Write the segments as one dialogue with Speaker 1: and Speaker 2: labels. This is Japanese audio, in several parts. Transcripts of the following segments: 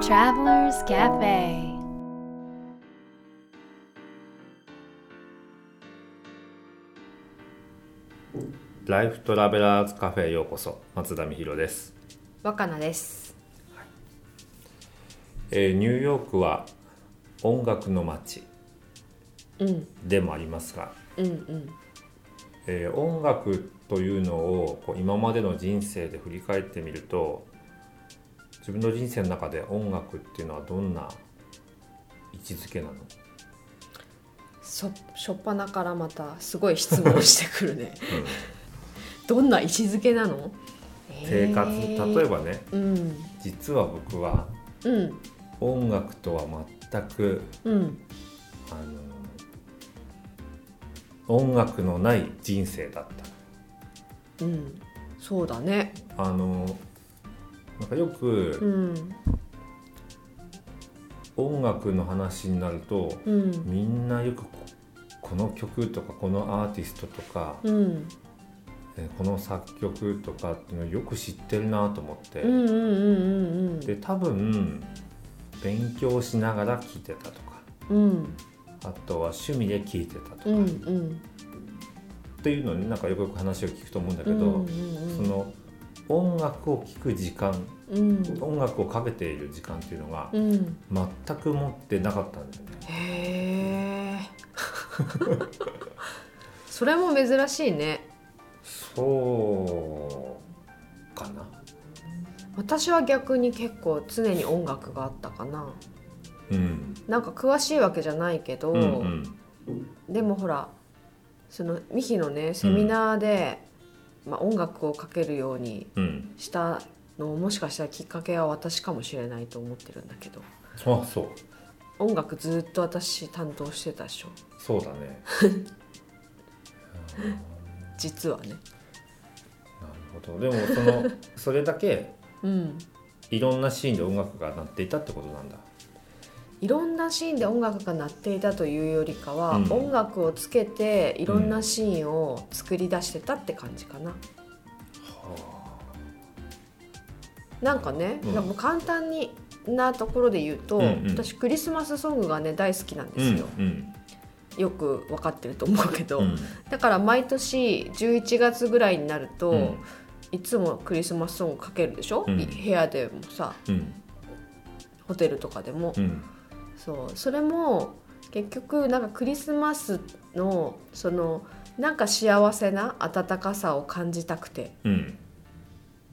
Speaker 1: Travelers Cafe
Speaker 2: ライフトラベラーズカフェへようこそ松田美弘です、
Speaker 3: 若菜です
Speaker 2: えーニューヨークは音楽の街
Speaker 3: うん
Speaker 2: でもありますが、
Speaker 3: うんうん
Speaker 2: えー音楽というのをこう今までの人生で振り返ってみると自分の人生の中で音楽っていうのはどんな位置づけなの
Speaker 3: そ初っ端からまたすごい質問してくる ね、どんな位置づけなの
Speaker 2: 生活、例えばね
Speaker 3: うん
Speaker 2: 実は僕は
Speaker 3: うん
Speaker 2: 音楽とは全く
Speaker 3: うん
Speaker 2: あの音楽のない人生だった
Speaker 3: うんそうだね
Speaker 2: あのなんかよ
Speaker 3: う
Speaker 2: く
Speaker 3: ん
Speaker 2: 音楽の話になると、
Speaker 3: うん
Speaker 2: みんなよくここの曲とかこのアーティストとか、
Speaker 3: うん
Speaker 2: えーこの作曲とかっていうのをよく知ってるなと思って、
Speaker 3: うんうんうんうん
Speaker 2: で多分勉強しながら聴いてたとか
Speaker 3: うん
Speaker 2: あとは趣味で聴いてたとか、
Speaker 3: うんうんう
Speaker 2: っ
Speaker 3: んうん
Speaker 2: ていうのになんかよくよく話を聞くと思うんだけど、その音楽を聴く時間
Speaker 3: うん
Speaker 2: 音楽をかけている時間っていうのが
Speaker 3: うん
Speaker 2: 全く持ってなかったんだよね。
Speaker 3: へえ それも珍しいね
Speaker 2: そうかな。
Speaker 3: 私は逆に結構常に音楽があったかな
Speaker 2: うん。
Speaker 3: なんか詳しいわけじゃないけど、
Speaker 2: うんうん
Speaker 3: でもほらそのミヒのねセミナーで、まあ、音楽をかけるように
Speaker 2: うん。
Speaker 3: したのをもしかしたらきっかけは私かもしれないと思ってるんだけど
Speaker 2: あそう
Speaker 3: 音楽ずっと私担当してたでしょ
Speaker 2: そうだね。
Speaker 3: 実はね
Speaker 2: なるほど。でもその それだけ
Speaker 3: うん
Speaker 2: いろんなシーンで音楽が鳴っていたってことなんだ。
Speaker 3: いろんなシーンで音楽が鳴っていたというよりかは、
Speaker 2: うん
Speaker 3: 音楽をつけていろんなシーンを作り出してたって感じかな、なんかね、
Speaker 2: うん
Speaker 3: でも簡単になところで言うと、
Speaker 2: うんうん
Speaker 3: 私クリスマスソングがね大好きなんですよ、
Speaker 2: うん
Speaker 3: よく分かってると思うけど、
Speaker 2: うん
Speaker 3: だから毎年11月ぐらいになると、
Speaker 2: うん
Speaker 3: いつもクリスマスソングかけるでしょ、
Speaker 2: うん
Speaker 3: い部屋でもさ
Speaker 2: うん
Speaker 3: ホテルとかでも、
Speaker 2: うん
Speaker 3: そうそれも結局なんかクリスマスのそのなんか幸せな温かさを感じたくて
Speaker 2: うん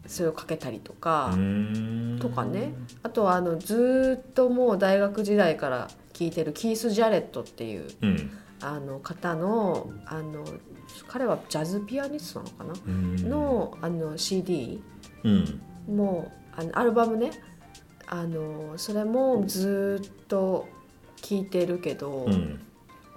Speaker 3: それをかけたりと
Speaker 2: う
Speaker 3: か、
Speaker 2: ーん。
Speaker 3: とかねあとはあのずーっともう大学時代から聴いてるキース・ジャレットっていう
Speaker 2: うん。
Speaker 3: あの方のあの彼はジャズピアニストなのかな、
Speaker 2: うん。
Speaker 3: のあの CD
Speaker 2: うん
Speaker 3: もうあのアルバムねあのそれもずーっと聴いてるけど、
Speaker 2: うん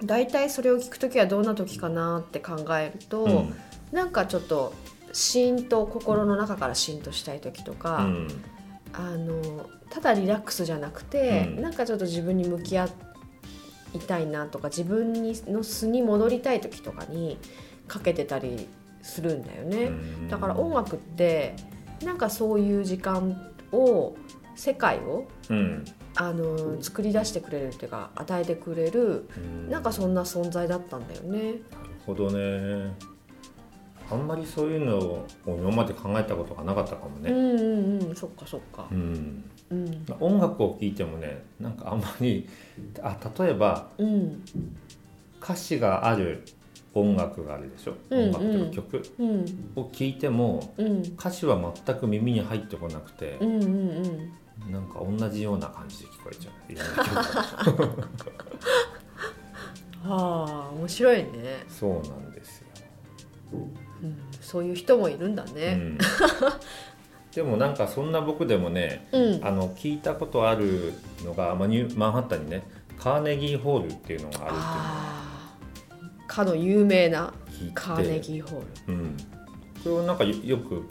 Speaker 3: だいたいそれを聴く時はどんな時かなって考えると、
Speaker 2: うん
Speaker 3: なんかちょっとしんと心の中からしんとしたい時と
Speaker 2: う
Speaker 3: か、
Speaker 2: ん
Speaker 3: あのただリラックスじゃなくて、
Speaker 2: うん
Speaker 3: なんかちょっと自分に向き合いたいなとか自分にの素に戻りたい時とかにかけてたりするんだよ
Speaker 2: う
Speaker 3: ね、
Speaker 2: ん
Speaker 3: だから音楽ってなんかそういう時間を世界を
Speaker 2: うん
Speaker 3: あの作り出してくれるっていうか与えてくれる
Speaker 2: うん
Speaker 3: なんかそんな存在だったんだよね。
Speaker 2: なるほどねあんまりそういうのを今まで考えたことがなかったかも
Speaker 3: う
Speaker 2: ね、
Speaker 3: んうんうんそっかそっか
Speaker 2: う。ん
Speaker 3: うん
Speaker 2: 音楽を聴いてもねなんかあんまりあ例えば
Speaker 3: うん
Speaker 2: 歌詞がある音楽があるでしょ、
Speaker 3: うん
Speaker 2: 音楽というか曲
Speaker 3: うん
Speaker 2: を聴いても
Speaker 3: うん
Speaker 2: 歌詞は全く耳に入ってこなくて
Speaker 3: うんう、んうん。
Speaker 2: なんか同じような感じで聞こえちゃういろんな曲 が
Speaker 3: はあ面白いね。
Speaker 2: そうなんですよ、
Speaker 3: うん、そういう人もいるんだ
Speaker 2: う
Speaker 3: ね。
Speaker 2: ん、でもなんかそんな僕でもね
Speaker 3: うん。
Speaker 2: あの聞いたことあるのが、まあ、ニューマンハッタンにねカーネギーホールっていうのがあ
Speaker 3: ああ。かの有名な
Speaker 2: るっていうのを聞いて
Speaker 3: カーネギーホー
Speaker 2: うん、これをなんかよよく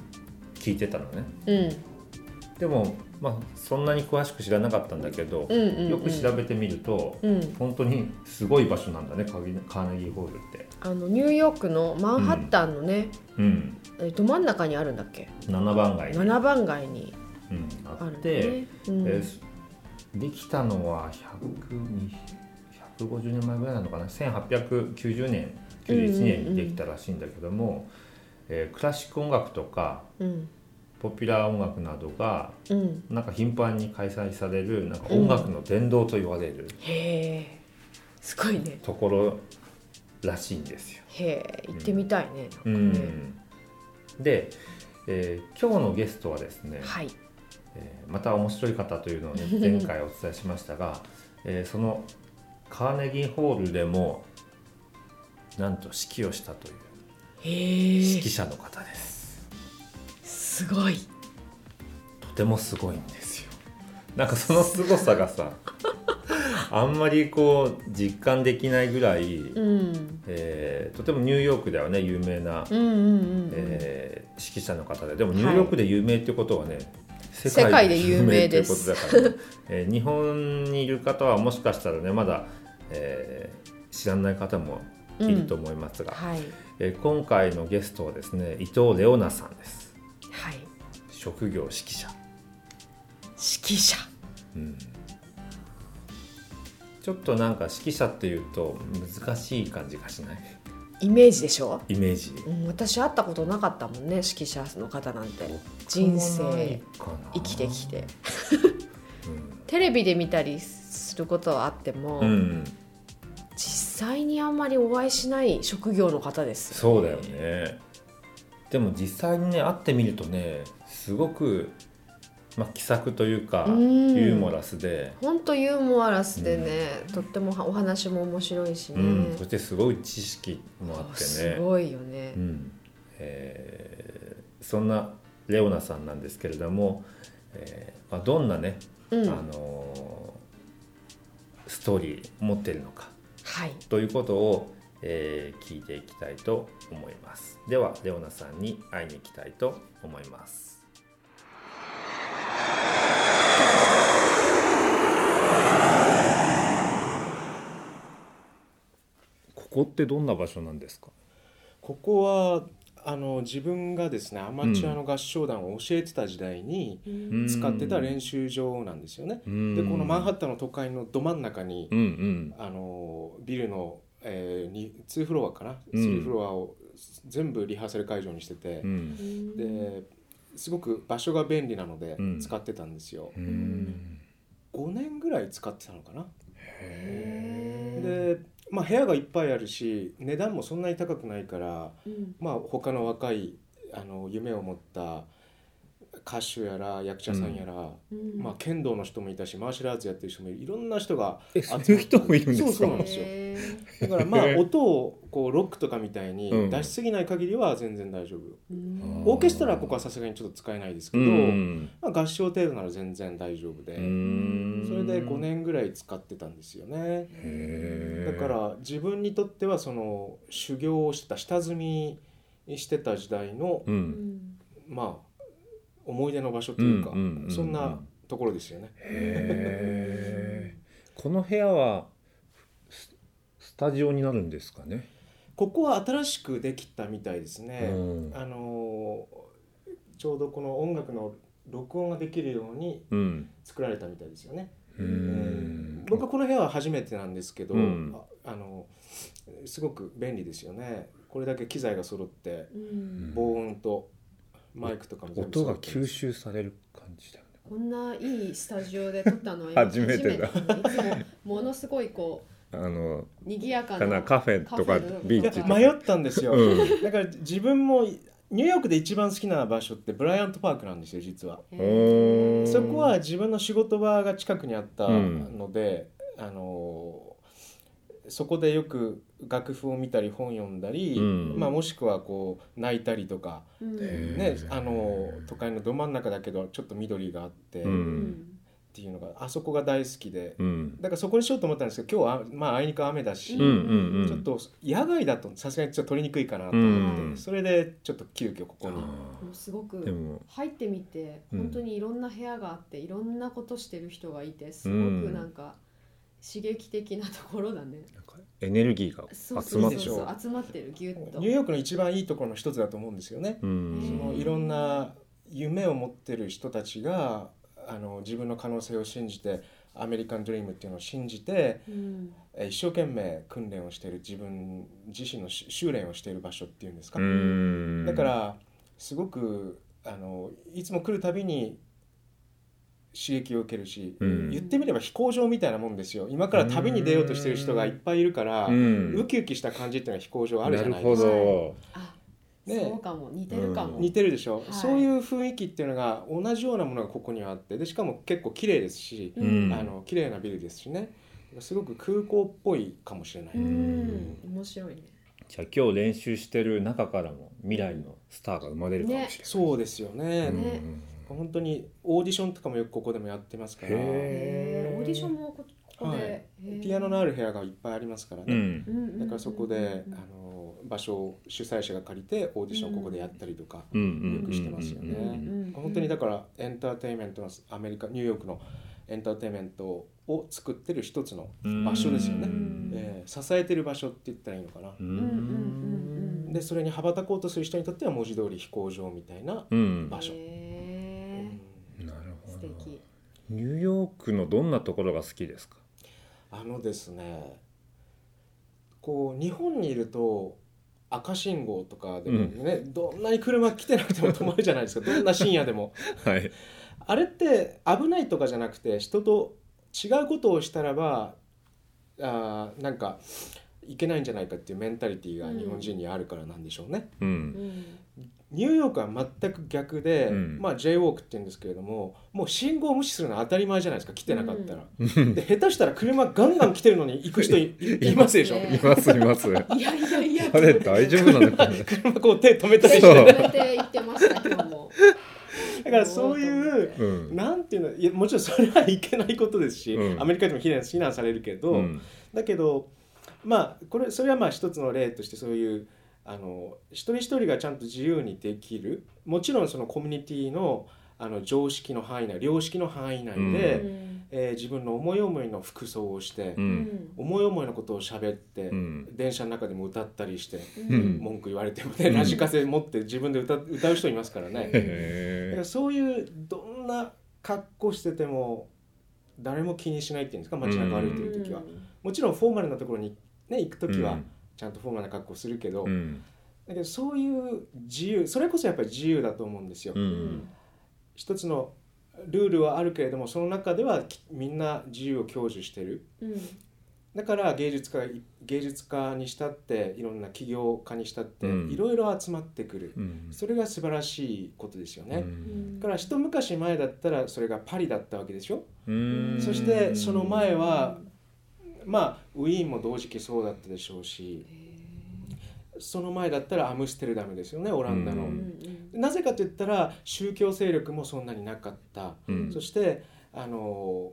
Speaker 2: 聞いてたのね
Speaker 3: ル。
Speaker 2: でも、まあ、そんなに詳しく知らなかったんだけど
Speaker 3: う、ん。うんうん、うん。
Speaker 2: よく調べてみると
Speaker 3: うん、
Speaker 2: 本当にすごい場所なんだねカギカーネギーホールって、
Speaker 3: あのニューヨークのマンハッタンのね、
Speaker 2: うん、
Speaker 3: えど真ん中にあるんだっけ
Speaker 2: 7番街に、
Speaker 3: 7番街に
Speaker 2: うん、あ
Speaker 3: ある
Speaker 2: っ
Speaker 3: んだ
Speaker 2: て、
Speaker 3: ね、うん
Speaker 2: えーすできたのは100 150年前ぐらいなのかな1890年91年にできたらしいんだけども、えークラシック音楽とか
Speaker 3: うん
Speaker 2: ポピュラー音楽などが
Speaker 3: うん
Speaker 2: なんか頻繁に開催されるなんか音楽の殿堂と言われる
Speaker 3: へえすごいね
Speaker 2: ところらしいんですよ。
Speaker 3: へえ行ってみたいね、
Speaker 2: う
Speaker 3: なんかね
Speaker 2: ん、で、えー今日のゲストはですね、
Speaker 3: はい
Speaker 2: えーまた面白い方というのを、ね、 前回お伝えしましたが、えーそのカーネギーホールでもなんと指揮をしたという
Speaker 3: へえ
Speaker 2: 指揮者の方です、
Speaker 3: すごい
Speaker 2: とてもすごいんですよなんかその凄さが さあんまりこう実感できないぐらい、
Speaker 3: うん
Speaker 2: えーとてもニューヨークではね有名な、
Speaker 3: うんうんうんうん、
Speaker 2: えー指揮者の方ででもニューヨークで有名ってことはね、世
Speaker 3: 世界で有名
Speaker 2: とい
Speaker 3: で
Speaker 2: うこと
Speaker 3: す
Speaker 2: だから、ねえー日本にいる方はもしかしたらねまだ、えー知らない方もいると思いますが、
Speaker 3: はい
Speaker 2: えー今回のゲストはですね伊藤レオナさんです
Speaker 3: はい
Speaker 2: 職業指揮者、
Speaker 3: 指揮者
Speaker 2: うんちょっとなんか指揮者っていうと難しい感じがしない
Speaker 3: イメージでしょ
Speaker 2: イメージ
Speaker 3: うん私会ったことなかったもんね指揮者の方なんて人生
Speaker 2: 僕もないかな
Speaker 3: 生きてきて
Speaker 2: うん
Speaker 3: テレビで見たりすることはあっても、
Speaker 2: うん
Speaker 3: 実際にあんまりお会いしない職業の方です
Speaker 2: そうだよねでも実際にね会ってみるとねすごく、まあ、気さくというか
Speaker 3: うん
Speaker 2: ユーモラスで、
Speaker 3: 本当ユーモアラスでね、とってもお話も面白いし
Speaker 2: う
Speaker 3: ね、
Speaker 2: んそしてすごい知識もあってね
Speaker 3: すごいよね
Speaker 2: う、んえーそんなレオナさんなんですけれども、えーまあ、どんなね、
Speaker 3: うん
Speaker 2: あのーストーリー持ってるのか
Speaker 3: はい
Speaker 2: ということを、えー聞いていきたいと思いますではレオナさんに会いに行きたいと思いますここってどんな場所なんですか
Speaker 4: ここはあの自分がですねアマチュアの合唱団を教えてた時代に使ってた練習場なんですよね。でこのマンハッ
Speaker 2: ッ
Speaker 4: タンの都会のど真ん中に、
Speaker 2: うんうん
Speaker 4: あのビルの、えー、に2フロアかな
Speaker 2: うん
Speaker 4: 3フロアを全部リハーサル会場にしてて
Speaker 2: う、ん
Speaker 4: ですごく場所が便利なので
Speaker 2: うん
Speaker 4: 使ってたんですよ。
Speaker 2: うん
Speaker 4: 5年ぐらい使ってたのかな。
Speaker 3: へ
Speaker 4: でまあ、部屋がいっぱいあるし値段もそんなに高くないから
Speaker 3: ーうん
Speaker 4: まあ他の若いあの夢を持った歌手やら役者さんやら、
Speaker 3: うん
Speaker 4: まあ、剣道の人もいたしマーシャルアーツやってる人もいるいろんな人が
Speaker 2: え
Speaker 4: 集
Speaker 2: そ
Speaker 4: ま
Speaker 2: う
Speaker 4: っ
Speaker 2: いう人もいるんですか
Speaker 4: そうそうなんですよ
Speaker 3: へー
Speaker 4: だからまあ
Speaker 2: へー
Speaker 4: 音をこうロックとかみたい
Speaker 2: うん
Speaker 4: に出しすぎない限りは全然大丈夫、
Speaker 3: うん
Speaker 4: オーケストラはここはさすがにちょっと使えないですけ
Speaker 2: う
Speaker 4: ど、
Speaker 2: ん
Speaker 4: まあ、合唱程度なら全然大丈夫で、
Speaker 2: うん
Speaker 4: それで5年ぐらい使ってたんですよね、だから自分にとってはその修行をしてた下積みしてた時代の
Speaker 2: う
Speaker 3: うんん
Speaker 4: まあ思い出の場所というか、
Speaker 2: うんうんうんうん
Speaker 4: そんなところですよね。
Speaker 2: へーこの部屋はススタジオになるんですかね。
Speaker 4: ここは新しくできたみたいですね。
Speaker 2: うん
Speaker 4: あのーちょうどこの音楽の録音ができるように
Speaker 2: うん。
Speaker 4: 作られたみたいですよね。
Speaker 2: う
Speaker 4: うん
Speaker 2: ん
Speaker 4: 僕はこの部屋は初めてなんですけど、
Speaker 2: うん
Speaker 4: ああのすごく便利ですよね。これだけ機材が揃って
Speaker 3: うん
Speaker 4: 防音とマイクとかも全部
Speaker 2: 音
Speaker 4: 揃
Speaker 2: が
Speaker 4: って
Speaker 2: 吸収される感じだよね。
Speaker 3: こんないいスタジオで撮ったのは
Speaker 2: 初めてだ
Speaker 3: 初めていつもものすごいこ
Speaker 2: あの
Speaker 3: う賑やか
Speaker 2: かな
Speaker 3: な
Speaker 2: カフェとか
Speaker 3: カフェとか
Speaker 2: ビーチ
Speaker 4: い
Speaker 2: と
Speaker 4: や
Speaker 2: か。
Speaker 4: 迷ったんですよ。
Speaker 2: うん。
Speaker 4: だから自分もニューヨークで一番好きな場所ってブライアントパークなんですよ実は。
Speaker 3: へ
Speaker 2: おー
Speaker 4: そこは自分の仕事場が近くにあったので、あのそこでよく楽譜を見たり本読んだり、
Speaker 2: うん
Speaker 4: まあ、もしくはこう泣いたりとか、
Speaker 3: う
Speaker 2: へ
Speaker 3: ん
Speaker 2: ー
Speaker 4: ねあの都会のど真ん中だけどちょっと緑があってっ
Speaker 2: う
Speaker 3: うんん
Speaker 4: ていうのがあそこが大好きで
Speaker 2: うん
Speaker 4: だからそこにしようと思ったんですけど今日は、まあ、あいにく雨だし、
Speaker 2: うんうんうん。
Speaker 4: ちょっと野外だとさすがにちょっと撮りにくいかなと
Speaker 2: う
Speaker 4: 思って、
Speaker 2: ん。
Speaker 4: それでちょっと急遽ここに。
Speaker 2: あ
Speaker 3: もうすご
Speaker 2: ーで
Speaker 3: く
Speaker 2: も
Speaker 3: 入ってみて
Speaker 2: うん
Speaker 3: 本当にいろんな部屋があっていろんなことしてる人がいてすご
Speaker 2: う
Speaker 3: く
Speaker 2: ん
Speaker 3: なんか刺激的なところだね
Speaker 2: なんかエネルギーが
Speaker 3: そう
Speaker 2: 集
Speaker 3: そう
Speaker 2: まっ
Speaker 3: そう
Speaker 4: でしょ
Speaker 3: そう集まってるぎゅっと
Speaker 4: ニューヨークの一番いいところの一つだと思うんですよね。
Speaker 2: う
Speaker 4: そ
Speaker 2: ん
Speaker 4: のいろんな夢を持ってる人たちがあの自分の可能性を信じてアメリカンドリームっていうのを信じて、
Speaker 3: うん
Speaker 4: えー一生懸命訓練をしている自分自身のし修練をしている場所っていうんですか、
Speaker 2: うん
Speaker 4: だからすごくあのいつも来るたびに刺激を受けるし、
Speaker 2: うん
Speaker 4: 言ってみれば飛行場みたいなもんですよ今から旅に出ようとしてる人がいっぱいいるから、
Speaker 2: うん
Speaker 4: ウキウキした感じっていうのは飛行場あ
Speaker 2: な
Speaker 4: るじゃ
Speaker 2: る
Speaker 4: ないで
Speaker 2: ほ
Speaker 4: すか
Speaker 2: ど
Speaker 3: あ
Speaker 4: ね
Speaker 3: そうかも似てるかも、
Speaker 2: うん
Speaker 4: 似てるでしょ、
Speaker 3: い
Speaker 4: そういう雰囲気っていうのが同じようなものがここにはあってでしかも結構綺麗ですし、
Speaker 3: うん
Speaker 2: うん
Speaker 4: あの綺麗なビルですしねすごく空港っぽいかもしれない、
Speaker 3: うんん面白いね
Speaker 2: じゃあ今日練習してる中からも未来のスターが生まれるかもしれない、
Speaker 4: そうですよね、
Speaker 2: うん
Speaker 3: ね
Speaker 4: 本当にオーディションとかもよくここでもやってますから
Speaker 2: へ
Speaker 3: へ
Speaker 2: へ
Speaker 3: え
Speaker 2: ー
Speaker 3: オーディションもこここで、
Speaker 4: はい
Speaker 3: へー
Speaker 4: ピアノのある部屋がいっぱいありますから
Speaker 2: う
Speaker 4: ね、
Speaker 2: ん
Speaker 3: うんうんうんうん
Speaker 4: だからそこであの場所を主催者が借りてオーディションをここでやったりとか、
Speaker 2: うんうんうん
Speaker 4: よくしてますよね
Speaker 2: うんうん
Speaker 3: うん
Speaker 4: 本当にだからエンターテインメントのアメリカニューヨークのエンターテインメントを作ってる一つの、
Speaker 2: うん
Speaker 4: 場所ですよね
Speaker 2: うん
Speaker 4: えー支えてる場所って言ったらいいのかな、
Speaker 2: うん
Speaker 3: うんうんうん
Speaker 4: でそれに羽ばたこうとする人にとっては文字通り飛行場みたいな、
Speaker 2: うん
Speaker 4: 場所う
Speaker 3: へ
Speaker 4: ん
Speaker 2: なる
Speaker 3: ー素敵
Speaker 2: ニューヨークのどんなところが好きです か
Speaker 4: あのですねこう日本にいると赤信号とかでもね、どんなに車来てなくても止まるじゃないですかどんな深夜でも
Speaker 2: はい
Speaker 4: あれって危ないとかじゃなくて人と違うことをしたらばあーなんかいけないんじゃないかっていうメンタリティーが日本人にあるからなんでしょうね。
Speaker 2: う
Speaker 3: うんん
Speaker 4: ニューヨークは全く逆で、
Speaker 2: うん
Speaker 4: まあ J-WALK って言うんですけれどももう信号無視するのは当たり前じゃないですか来てなかったら、で下手したら車ガンガン来てるのに行く 人いいいますでしょ
Speaker 3: います
Speaker 2: い
Speaker 3: ね
Speaker 2: ますい ますあ
Speaker 3: いやいやいや
Speaker 2: れ大丈夫なのかな
Speaker 4: 車こう手止めたり
Speaker 3: 手
Speaker 4: し
Speaker 2: そう
Speaker 4: て
Speaker 3: 止めて言ってました今日も
Speaker 4: だからそういう
Speaker 2: うん
Speaker 4: なんていうのいやもちろんそれはいけないことですし、
Speaker 2: うん
Speaker 4: アメリカでも非難非難されるけど、
Speaker 2: うん
Speaker 4: だけどまあこれそれはまあ一つの例としてそういうあの一人一人がちゃんと自由にできるもちろんそのコミュニティのあの常識の範囲内良識の範囲内で、
Speaker 2: うん
Speaker 4: えー自分の思い思いの服装をして、
Speaker 2: う
Speaker 3: うんん
Speaker 4: 思い思いのことを喋って、
Speaker 2: うん
Speaker 4: 電車の中でも歌ったりして、
Speaker 2: うん
Speaker 4: 文句言われてもね、
Speaker 2: うん
Speaker 4: ラジカセ持って自分で歌歌う人いますからね。だか
Speaker 2: へ
Speaker 4: らそういうどんな格好してても誰も気にしないっていうんですか街中歩いてる時は、もちろんフォーマルなところに、ね、行く
Speaker 2: え
Speaker 4: 時はちゃんとフォーマルな格好するけど、
Speaker 2: うん
Speaker 4: だけどそういう自由それこそやっぱり自由だと思うんですよ。
Speaker 2: う
Speaker 3: うん
Speaker 4: 一つのルールはあるけれどもその中ではきみんな自由を享受してる
Speaker 3: うん
Speaker 4: だから芸術家芸術家にしたっていろんな起業家にしたって、
Speaker 2: うん
Speaker 4: いろいろ集まってくる、
Speaker 2: うん
Speaker 4: それが素晴らしいことですよね、
Speaker 3: うん
Speaker 4: だから一昔前だったらそれがパリだったわけでしょ
Speaker 2: うん
Speaker 4: そしてその前はまあウィーンも同時期そうだったでしょうしその前だったらアムステルダムですよねオランダの、
Speaker 2: う
Speaker 3: うんん
Speaker 4: なぜかといったら宗教勢力もそんなになかった、
Speaker 2: うん
Speaker 4: そしてあの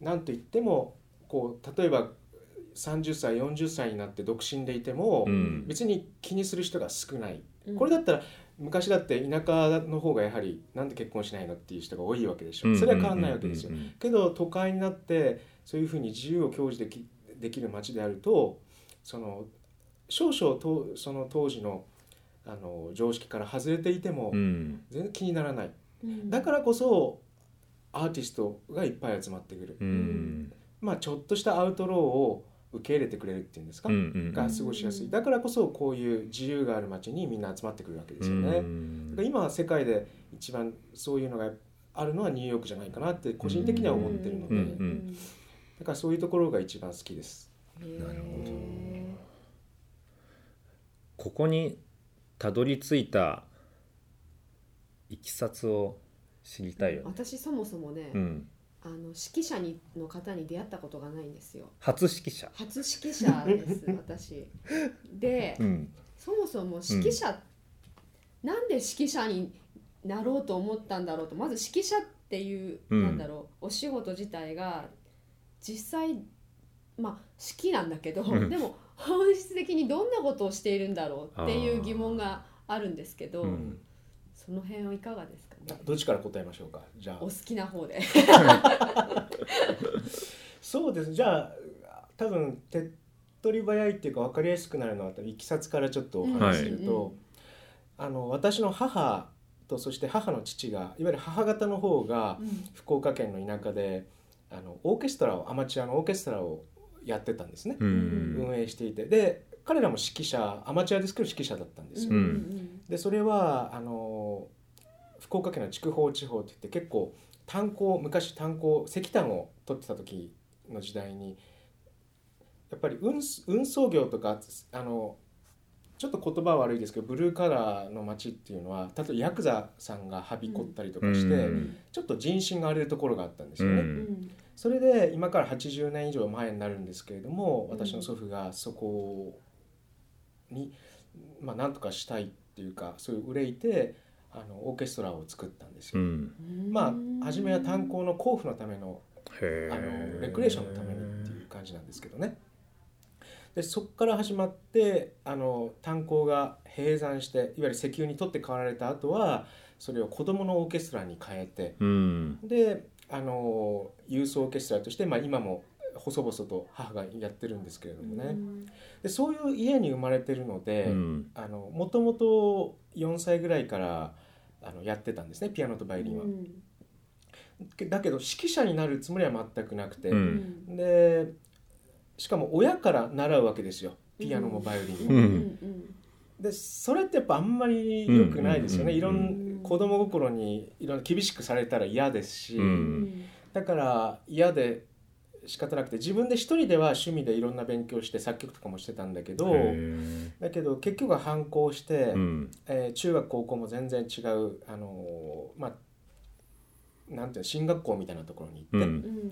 Speaker 4: 何と言ってもこう例えば30歳40歳になって独身でいても、
Speaker 2: うん
Speaker 4: 別に気にする人が少ない、
Speaker 3: うん
Speaker 4: これだったら昔だって田舎の方がやはりなんで結婚しないのっていう人が多いわけでしょ、それは変わんないわけですよ、
Speaker 2: うんうんうん
Speaker 4: けど都会になってそういうふうに自由を享受できできる街であるとその少々とその当時のあの常識から外れていても
Speaker 2: うん
Speaker 4: 全然気にならない、
Speaker 3: うん
Speaker 4: だからこそアーティストがいっぱい集まってくる、
Speaker 2: うん
Speaker 4: まあちょっとしたアウトローを受け入れてくれるっていうんですか、
Speaker 2: うんうん
Speaker 4: が過ごしやすいだからこそこういう自由がある街にみんな集まってくるわけですよね、だから今は世界で一番そういうのがあるのはニューヨークじゃないかなって個人的には思ってるので、
Speaker 2: うん
Speaker 4: だからそういうところが一番好きです。
Speaker 3: うん
Speaker 2: なるほど
Speaker 3: へー
Speaker 2: ここにたどり着いたいきさつを知りたいよね、
Speaker 3: 私そもそもね、
Speaker 2: うん、
Speaker 3: あの指揮者にの方に出会ったことがないんですよ
Speaker 2: 初指揮者、
Speaker 3: 初指揮者で す私で、
Speaker 2: うん
Speaker 3: そもそも指揮者、なんで指揮者になろうと思ったんだろうとまず指揮者っていう、
Speaker 2: うん
Speaker 3: なんだろうお仕事自体が実際まあ指揮なんだけど、
Speaker 2: うん
Speaker 3: でも本質的にどんなことをしているんだろうっていう疑問があるんですけど、
Speaker 2: うん
Speaker 3: その辺はいかがですかね
Speaker 4: どっちから答えましょうかじゃ
Speaker 3: お好
Speaker 4: あ
Speaker 3: きな方で。
Speaker 4: そうですじゃあ多分手っ取り早いっていうか分かりやすくなるのはいきさつからちょっとお話しすると、
Speaker 3: はい
Speaker 4: あの私の母とそして母の父がいわゆる母方の方が
Speaker 3: うん
Speaker 4: 福岡県の田舎であのオーケストラをアマチュアのオーケストラをやってたんですね、
Speaker 2: うん
Speaker 4: 運営していてで彼らも指揮者アマチュアですけど指揮者だったんですよ。
Speaker 2: うん
Speaker 4: でそれはあの福岡県の筑豊地方っていって結構炭鉱昔炭鉱石炭を取ってた時の時代にやっぱり運す運送業とかあのちょっと言葉は悪いですけどブルーカラーの街っていうのは例えばヤクザさんがはびこったりとかして、
Speaker 2: うん
Speaker 4: ちょっと人心が荒れるところがあったんです
Speaker 2: う
Speaker 4: よね。
Speaker 2: ん
Speaker 4: それで今から80年以上前になるんですけれども
Speaker 3: うん
Speaker 4: 私の祖父がそこに、まあ、なんとかしたいっていうかそういう憂いてあのオーケストラを作ったんです
Speaker 2: う
Speaker 4: よ。
Speaker 2: ん
Speaker 4: まあ初めは炭鉱の交付のための
Speaker 2: へえ
Speaker 4: あのレクレーションのためにっていう感じなんですけどね。でそこから始まってあの炭鉱が閉山していわゆる石油に取って代わられた後はそれを子どものオーケストラに変えて
Speaker 2: うん
Speaker 4: であのユースオーケストラとして、まあ、今も細々と母がやってるんですけれどもね、でそういう家に生まれてるので、
Speaker 2: うん
Speaker 4: あのもともと4歳ぐらいからあのやってたんですねピアノとバイオリンは。けだけど指揮者になるつもりは全くなくて、
Speaker 2: うん
Speaker 4: でしかも親から習うわけですよピアノもバイオリンも。
Speaker 2: うん
Speaker 4: でそれってやっぱあんまり良くないですよね、
Speaker 2: うんうんうん
Speaker 4: いろん子供心にいろんな厳しくされたら嫌ですし。
Speaker 2: うん
Speaker 4: だから嫌で仕方なくて自分で一人では趣味でいろんな勉強して作曲とかもしてたんだけど
Speaker 2: へ
Speaker 4: だけど結局は反抗して、
Speaker 2: えうん
Speaker 4: えー中学高校も全然違うあのーまあなんていうの進学校みたいなところに
Speaker 2: う
Speaker 4: 行って、
Speaker 2: ん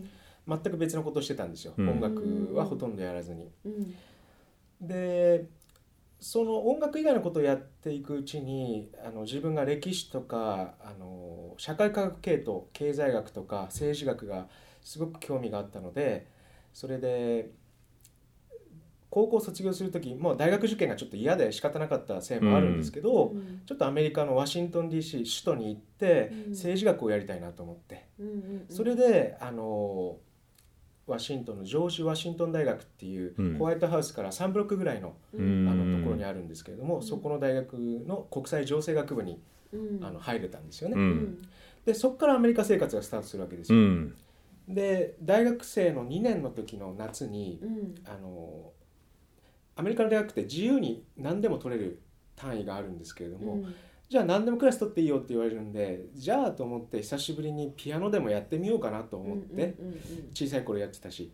Speaker 4: 全く別のことをしてたんですよ、
Speaker 2: うん
Speaker 4: 音楽はほとんどやらずに。でその音楽以外のことをやっていくうちにあの自分が歴史とかあの社会科学系統経済学とか政治学がすごく興味があったのでそれで高校卒業する時もう大学受験がちょっと嫌で仕方なかったせいもあるんですけど、ちょっとアメリカのワシントン DC 首都に行って
Speaker 3: うん
Speaker 4: 政治学をやりたいなと思って。それであのワシントンのジョージ・ワシントン大学っていう
Speaker 2: うん
Speaker 4: ホワイトハウスから3ブロックぐらいの,、
Speaker 2: うん
Speaker 4: あのところにあるんですけれども、
Speaker 3: うん
Speaker 4: そこの大学の国際情勢学部に、あの入れたんですよね。
Speaker 2: うん
Speaker 4: でそこからアメリカ生活がスタートするわけです
Speaker 2: う
Speaker 4: よ。
Speaker 2: ん
Speaker 4: で大学生の2年の時の夏にあのアメリカの大学って自由に何でも取れる単位があるんですけれども、じゃあ何でもクラス取っていいよって言われるんでじゃあと思って久しぶりにピアノでもやってみようかなと思って。小さい頃やってたし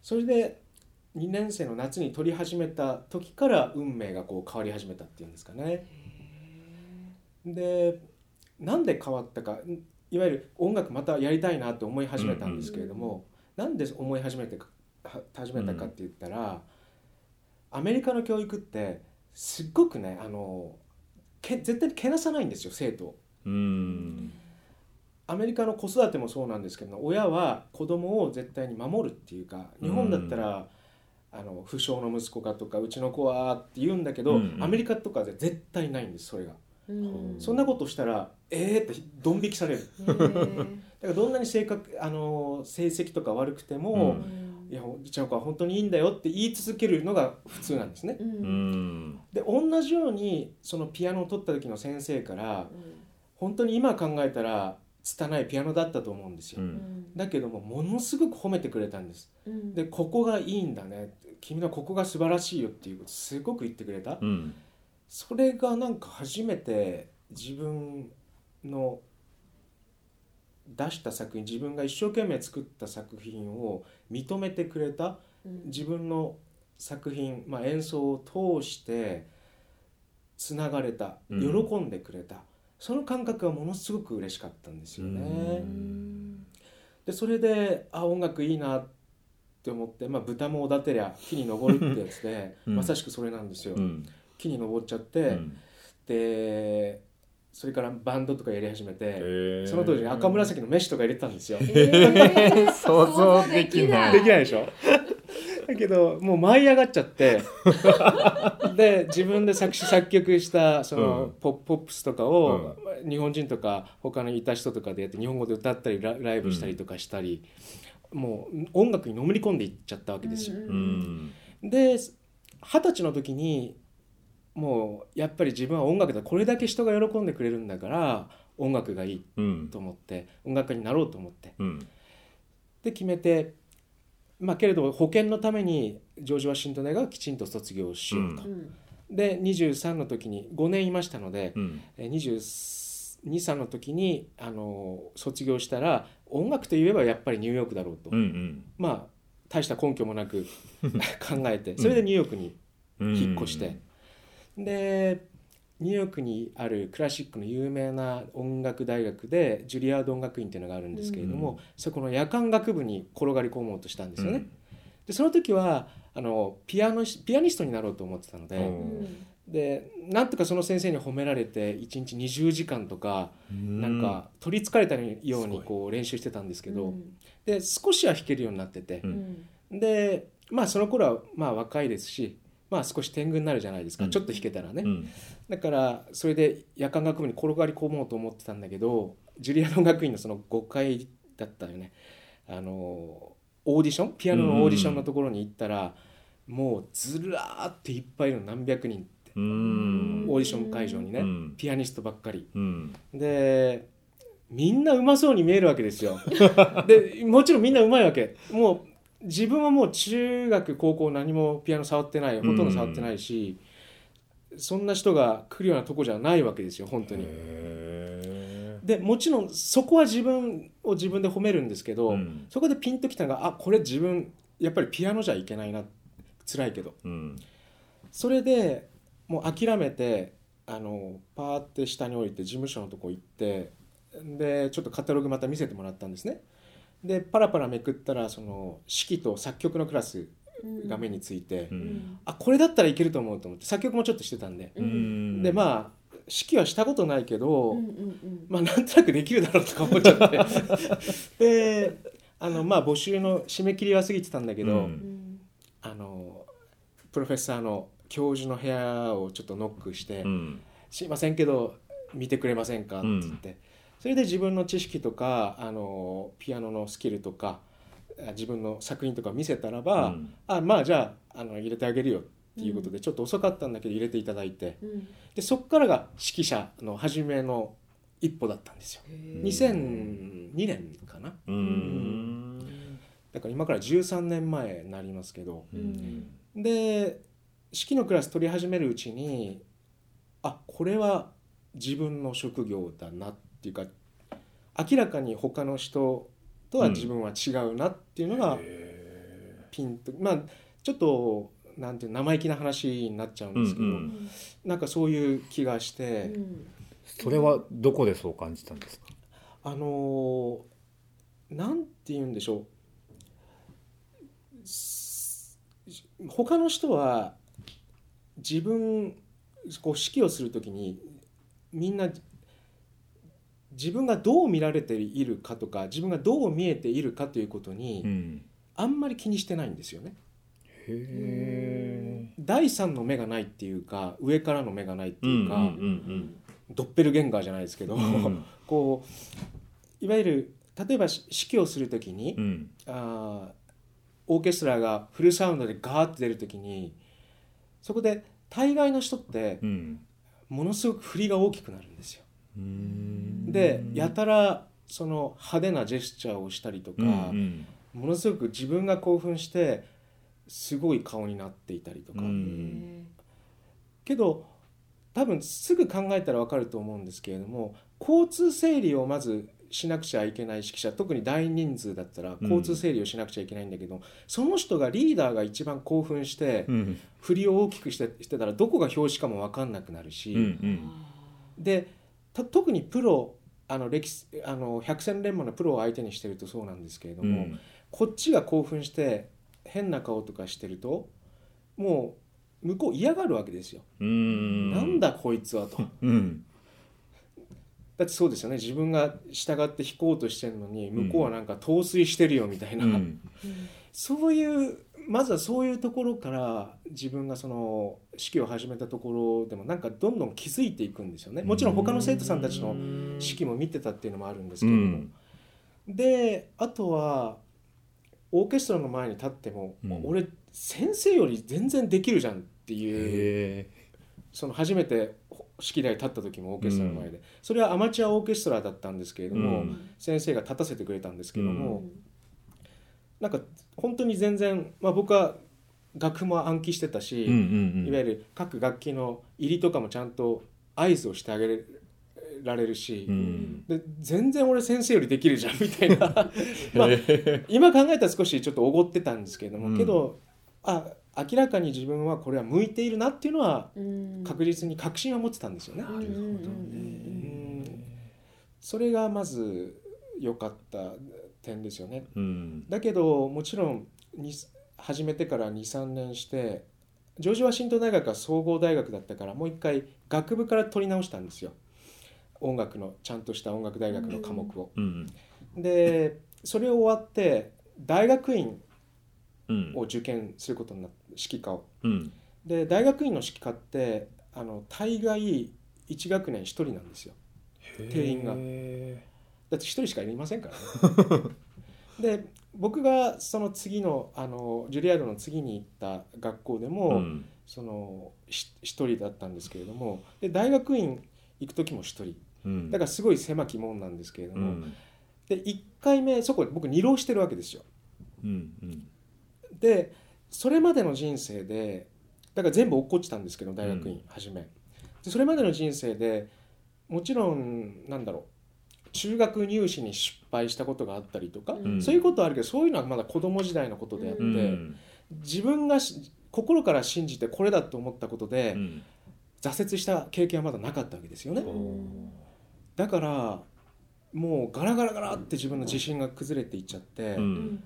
Speaker 4: それで2年生の夏に撮り始めた時から運命がこう変わり始めたっていうんですかね。でなんで変わったかんいわゆる音楽またやりたいなと思い始めたんですけれども、なんで思い始めてかは始めたかって言ったら、アメリカの教育ってすっごくねあのけ絶対にけなさないんですよ生徒を。
Speaker 2: うん
Speaker 4: アメリカの子育てもそうなんですけど親は子供を絶対に守るっていうか日本だったら、あの不詳の息子かとかうちの子はって言うんだけど、
Speaker 2: うんうん
Speaker 4: アメリカとかで絶対ないんですそれが、そんなことしたらえーってドン引きされるだからどんなに性格あの成績とか悪くても、いやうちの子は本当にいいんだよって言い続けるのが普通なんですね
Speaker 2: うん
Speaker 4: で同じようにそのピアノを取った時の先生から本当に今考えたら拙いピアノだったと思うんですよ、
Speaker 2: うん
Speaker 4: だけどもものすごく褒めてくれたんですでここがいいんだね君のここが素晴らしいよっていうことすごく言ってくれた
Speaker 2: うん
Speaker 4: それがなんか初めて自分の出した作品自分が一生懸命作った作品を認めてくれた自分の作品、まあ、演奏を通してつながれた
Speaker 2: うん
Speaker 4: 喜んでくれた、その感覚がものすごく嬉しかったんですよね。
Speaker 2: うん
Speaker 4: でそれであ音楽いいなって思って、まあ、豚もおだてりゃ木に登るってやつで、
Speaker 2: うん
Speaker 4: まさしくそれなんですよ、
Speaker 2: うん
Speaker 4: 木に登っちゃって、
Speaker 2: うん
Speaker 4: でそれからバンドとかやり始めて、
Speaker 2: へえ
Speaker 4: その当時赤紫のメッシュとか入れてたん ですよ、
Speaker 2: 想像できない
Speaker 4: できないでしょ だけどもう舞い上がっちゃって で自分で作詞作曲したその、
Speaker 2: うん
Speaker 4: ポップポップスとかを、日本人とか他のいた人とかでやって日本語で歌ったりラライブしたりとかしたり、もう音楽にのめり込んでいっちゃったわけですよ。
Speaker 2: うん
Speaker 4: で二十歳の時にもうやっぱり自分は音楽だこれだけ人が喜んでくれるんだから音楽がいい
Speaker 2: うん
Speaker 4: と思って音楽家になろうと思って
Speaker 2: うん
Speaker 4: で決めてまあけれど保険のためにジョージ・ワシントン大学はきちんと卒業しようと、
Speaker 3: うん
Speaker 4: で23の時に5年いましたので、
Speaker 2: うん
Speaker 4: えー22歳の時にあの卒業したら音楽といえばやっぱりニューヨークだろうと、
Speaker 2: うん
Speaker 4: まあ大した根拠もな く考えてそれでニューヨークに、
Speaker 2: うん
Speaker 4: 引っ越してでニューヨークにあるクラシックの有名な音楽大学でジュリアード音楽院っていうのがあるんですけれども、
Speaker 2: うん
Speaker 4: そこの夜間学部に転がり込もうとしたんですよね。
Speaker 2: うん
Speaker 4: でその時はあのピアノしピアニストになろうと思ってたので。
Speaker 2: お
Speaker 4: でなんとかその先生に褒められて1日20時間とか、なんか取りつかれたよう
Speaker 2: す
Speaker 4: に
Speaker 2: ごい
Speaker 4: こう練習してたんですけ
Speaker 3: う
Speaker 4: ど、
Speaker 3: ん
Speaker 4: で少しは弾けるようになってて
Speaker 2: う、
Speaker 3: うん
Speaker 4: でまあその頃はまあ若いですし、まあ、少し天狗になるじゃないですか、
Speaker 2: うん
Speaker 4: ちょっと弾けたらね、
Speaker 2: うん
Speaker 4: だからそれで夜間学部に転がり込もうと思ってたんだけどジュリアの学院のその5階だったよねあのオーディションピアノのオーディションのところに行ったら、もうずらーっていっぱいいるの何百人って。
Speaker 2: うん
Speaker 4: オーディション会場にね、
Speaker 2: うん
Speaker 4: ピアニストばっかり
Speaker 2: うん
Speaker 4: でみんなうまそうに見えるわけで すよでもちろんみんなうまいわけもう自分はもう中学高校何もピアノ触ってないほとんど触ってないし、そんな人が来るようなとこじゃないわけですよ本当に、
Speaker 2: へ
Speaker 4: でもちろんそこは自分を自分で褒めるんですけ
Speaker 2: ー
Speaker 4: ど、
Speaker 2: うん
Speaker 4: そこでピンときたのがあこれ自分やっぱりピアノじゃいけないな辛いけど
Speaker 2: うん
Speaker 4: それでもう諦めてあのパーって下に降りて事務所のとこ行ってでちょっとカタログまた見せてもらったんですねでパラパラめくったらその指揮と作曲のクラス
Speaker 3: うん
Speaker 4: が目について、
Speaker 2: う
Speaker 3: うんん
Speaker 4: あこれだったらいけると思うと思って作曲もちょっとしてたんで、
Speaker 2: うん
Speaker 4: でまあ指揮はしたことないけど、
Speaker 3: うんうん
Speaker 4: まあなんとなくできるだろうとか思っちゃって であのまあ募集の締め切りは過ぎてたんだけど、
Speaker 2: う
Speaker 3: うんん
Speaker 4: あのプロフェッサーの教授の部屋をちょっとノックして「
Speaker 2: うん
Speaker 4: すいませんけど見てくれませんか?」って言って、それで自分の知識とかあのピアノのスキルとかあ自分の作品とか見せたらば
Speaker 2: う
Speaker 4: 「
Speaker 2: ん
Speaker 4: あまあじゃああの入れてあげるよ」っていうことで、ちょっと遅かったんだけど入れていただいて
Speaker 3: うん
Speaker 4: でそこからが指揮者の初めの一歩だったんですよ。
Speaker 3: へ
Speaker 4: 2002年かな
Speaker 2: うん
Speaker 4: だから今から13年前になりますけど。
Speaker 2: うん
Speaker 4: で式のクラス取り始めるうちにあこれは自分の職業だなっていうか明らかに他の人とは自分は違うなっていうのが
Speaker 2: へ
Speaker 4: ピンと、まあちょっとなんていう生意気な話になっちゃうんですけど、
Speaker 2: うんう
Speaker 3: え
Speaker 2: ん
Speaker 4: なんかそういう気がし
Speaker 3: う
Speaker 4: て、
Speaker 3: ん
Speaker 2: ーそれはどこでそう感じたんですか
Speaker 4: あのーなんて言うんでしょうす他の人は自分こう指揮をするときにみんな自分がどう見られているかとか自分がどう見えているかということ
Speaker 2: う
Speaker 4: に
Speaker 2: ん
Speaker 4: あんまり気にしてないんですよね。
Speaker 2: へえ
Speaker 4: 第三の目がないっていうか上からの目がないっていうか、
Speaker 2: うんうん
Speaker 4: ドッペルゲンガーじゃないですけど、
Speaker 2: うん
Speaker 4: こういわゆる例えばし指揮をするときに、
Speaker 2: うん
Speaker 4: あーオーケストラがフルサウンドでガーって出る時にそこで大概の人って
Speaker 2: うん
Speaker 4: ものすごく振りが大きくなるんですよ。
Speaker 2: うん
Speaker 4: でやたらその派手なジェスチャーをしたりとか、
Speaker 2: うんうん
Speaker 4: ものすごく自分が興奮してすごい顔になっていたりとか、
Speaker 2: うん
Speaker 4: けど多分すぐ考えたら分かると思うんですけれども交通整理をまずしなくちゃいけない指揮者特に大人数だったら
Speaker 2: うん
Speaker 4: 交通整理をしなくちゃいけないんだけど、その人がリーダーが一番興奮して
Speaker 2: うん
Speaker 4: 振りを大きくしてしてたらどこが表紙かも分かんなくなるし、
Speaker 2: うんうん
Speaker 4: でた特にプロあの歴史あの百戦錬磨のプロを相手にしてるとそうなんですけれど
Speaker 2: う
Speaker 4: も、
Speaker 2: ん
Speaker 4: こっちが興奮して変な顔とかしてるともう向こう嫌がるわけですよ。
Speaker 2: うん
Speaker 4: なんだこいつはと。
Speaker 2: うん
Speaker 4: だってそうですよね自分が従って引こうとしてるのに向こうはなんか陶酔してるよみたいうな、
Speaker 2: ん
Speaker 4: そういうまずはそういうところから自分がその式を始めたところでもなんかどんどん気づいていくんですよねもちろん他の生徒さんたちの式も見てたっていうのもあるんですけれども、であとはオーケストラの前に立っても、
Speaker 2: うん
Speaker 4: 俺先生より全然できるじゃんっていう
Speaker 2: へ
Speaker 4: その初めて式台立った時もオーケストラの前で、それはアマチュアオーケストラだったんですけれ
Speaker 2: え
Speaker 4: ども、
Speaker 2: うん
Speaker 4: 先生が立たせてくれたんですけども、
Speaker 3: うん
Speaker 4: なんか本当に全然、まあ、僕は楽譜も暗記してたし、
Speaker 2: うんうん
Speaker 4: いわゆる各楽器の入りとかもちゃんと合図をしてあげられるし、
Speaker 2: うん
Speaker 4: で全然俺先生よりできるじゃんみたい なまあ
Speaker 2: へえ
Speaker 4: 今考えたら少しちょっとおごってたんですけれども、
Speaker 2: うん
Speaker 4: けどあ明らかに自分はこれは向いているなっていうのは
Speaker 3: うん
Speaker 4: 確実に確信は持ってたんですよね。
Speaker 3: うんうんうん
Speaker 4: それがまず良かった点ですよね。
Speaker 2: うん
Speaker 4: だけどもちろんに始めてから23年してジョージ・ワシントン大学は総合大学だったからもう一回学部から取り直したんですよ音楽のちゃんとした音楽大学の科目を。
Speaker 2: うん
Speaker 4: でそれを終わって大学院
Speaker 2: うん
Speaker 4: を受験することになって指揮科を。
Speaker 2: うん
Speaker 4: で大学院の指揮科ってあの大概1学年1人なんですよ。定員が
Speaker 2: へ
Speaker 4: だって一人しかいませんから ね。で僕がその次のあのジュリアードの次に行った学校でも、
Speaker 2: えうん
Speaker 4: そのひ一人だったんですけれどもで大学院行く時も一人
Speaker 2: うん
Speaker 4: だからすごい狭き門なんですけれど
Speaker 2: う
Speaker 4: も、
Speaker 2: ん
Speaker 4: で1回目そこ僕二浪してるわけですよ。
Speaker 2: うんうん
Speaker 4: でそれまでの人生でだから全部落っこちたんですけど大学
Speaker 2: うん
Speaker 4: 院はじめ、でそれまでの人生でもちろんなんだろう中学入試に失敗したことがあったりとか、
Speaker 3: うん
Speaker 4: そういうことはあるけどそういうのはまだ子供時代のことであって、
Speaker 2: うん
Speaker 4: 自分がし心から信じてこれだと思ったことで、
Speaker 2: うん
Speaker 4: 挫折した経験はまだなかったわけですよね。だからもうガラガラガラって自分の自信が崩れていっちゃって、
Speaker 2: うん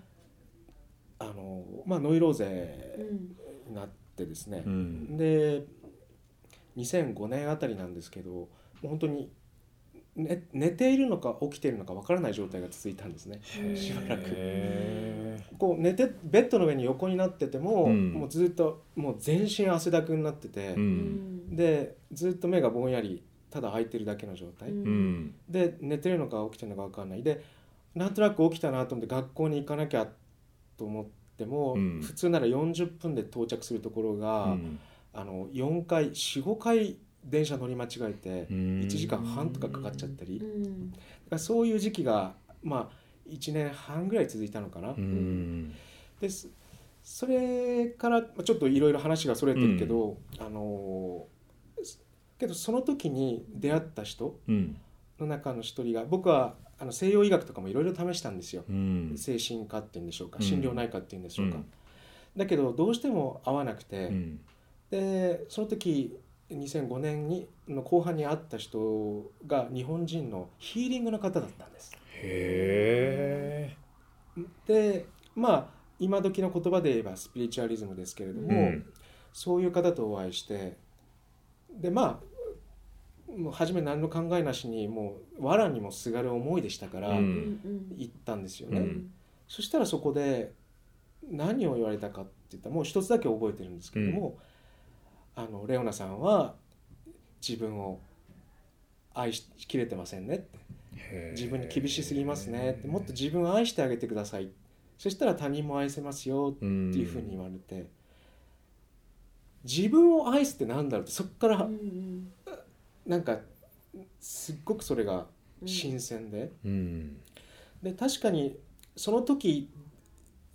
Speaker 4: あのまあ、ノイローゼになってですね、
Speaker 2: うん
Speaker 4: で2005年あたりなんですけどもう本当に、ね、寝ているのか起きているのかわからない状態が続いたんですねしばらく
Speaker 2: へ
Speaker 4: こう寝てベッドの上に横になってても、
Speaker 2: うん
Speaker 4: もうずっともう全身汗だくになってて、
Speaker 2: えうん
Speaker 4: でずっと目がぼんやりただ開いてるだけの状態、
Speaker 2: うん
Speaker 4: で寝てるのか起きてるのかわかんないでなんとなく起きたなと思って学校に行かなきゃと思っても、
Speaker 2: うん
Speaker 4: 普通なら40分で到着するところが、
Speaker 2: うん
Speaker 4: あの4回45回電車乗り間違えて
Speaker 2: うん
Speaker 4: 1時間半とかかかっちゃったりだからそういう時期がまあ1年半ぐらい続いたのかな。
Speaker 2: うん
Speaker 4: ですそれからまあちょっといろいろ話がそれてるけど、あのすけどその時に出会った人
Speaker 2: うん
Speaker 4: の中の一人が僕はあの西洋医学とかもいろいろ試したんですよ。
Speaker 2: うん
Speaker 4: 精神科っていうんでしょうか
Speaker 2: うん
Speaker 4: 心療内科っていうんでしょうか、
Speaker 2: うん
Speaker 4: だけどどうしても合わなく
Speaker 2: う
Speaker 4: て、
Speaker 2: ん
Speaker 4: でその時2005年にの後半に会った人が日本人のヒーリングの方だったんです。
Speaker 2: へえ
Speaker 4: でまあ今時の言葉で言えばスピリチュアリズムですけれども、
Speaker 2: うん
Speaker 4: そういう方とお会いしてでまあもう初め何の考えなしにもう藁にもすがる思いでしたから
Speaker 2: うん
Speaker 4: 行ったんですよね。
Speaker 2: うん
Speaker 4: そしたらそこで何を言われたかって言ったらもう一つだけ覚えてるんですけども、あのレオナさんは自分を愛しきれてませんねって自分に厳しすぎますねってもっと自分を愛してあげてくださいそしたら他人も愛せますよって
Speaker 2: って
Speaker 4: いうふうに言われて、自分を愛すってなんだろうってそっからなんかすっごくそれが新鮮で、
Speaker 2: うん
Speaker 4: で確かにその時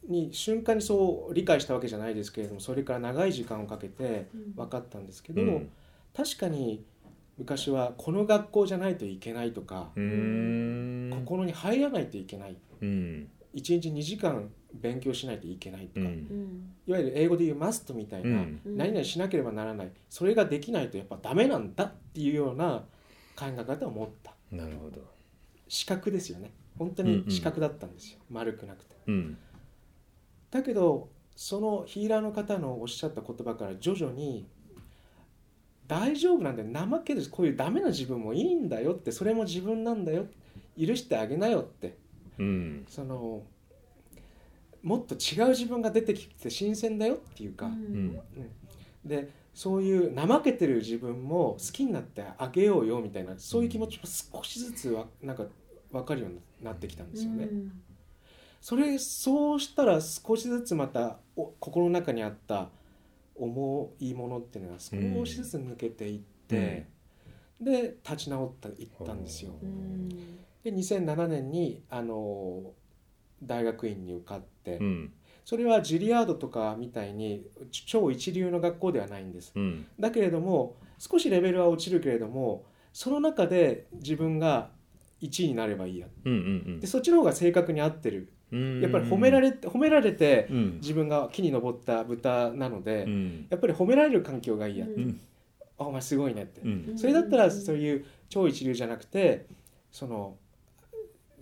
Speaker 4: に瞬間にそう理解したわけじゃないですけれどもそれから長い時間をかけて分かったんですけど、確かに昔はこの学校じゃないといけないとか、
Speaker 2: うん
Speaker 4: ここに入らないといけない
Speaker 2: うん
Speaker 4: 1日2時間勉強しないといけないと
Speaker 2: う
Speaker 4: か、
Speaker 2: ん
Speaker 4: いわゆる英語で言うマストみたいうな、
Speaker 2: ん
Speaker 4: 何々しなければならないそれができないとやっぱダメなんだっていうような考え方を持った
Speaker 2: なるほど
Speaker 4: 視覚ですよね本当
Speaker 2: うん
Speaker 4: に
Speaker 2: うん
Speaker 4: 視覚だったんですよ、丸くなくて。
Speaker 2: うん
Speaker 4: だけどそのヒーラーの方のおっしゃった言葉から徐々に「大丈夫なんだよ怠けるこういうダメな自分もいいんだよ」ってそれも自分なんだよ許してあげなよって
Speaker 2: うん
Speaker 4: そのもっと違う自分が出てきて新鮮だよっていうか、
Speaker 2: うん
Speaker 4: でそういう怠けてる自分も好きになってあげようよみたいなそういう気持ちも少しずつわなんか分かるようになってきたんですよね。それそうしたら少しずつまたお心の中にあった重いものっていうのが少しずつ抜けていって、で立ち直ったいったんですよ。
Speaker 2: うん
Speaker 4: で2007年にあの大学院に受かって、
Speaker 2: うん
Speaker 4: それはジュリアードとかみたいにち超一流の学校ではないんです
Speaker 2: うん
Speaker 4: だけれども少しレベルは落ちるけれどもその中で自分が1位になればいいや
Speaker 2: うんうん
Speaker 4: でそっちの方が正確に合ってる
Speaker 2: うん
Speaker 4: やっぱり褒められて褒められて
Speaker 2: うん
Speaker 4: 自分が木に登った豚なので、
Speaker 2: うん
Speaker 4: やっぱり褒められる環境がいいや、
Speaker 3: うん
Speaker 2: うん
Speaker 4: あお前すごいねって、
Speaker 2: うん
Speaker 4: それだったらそういう超一流じゃなくてその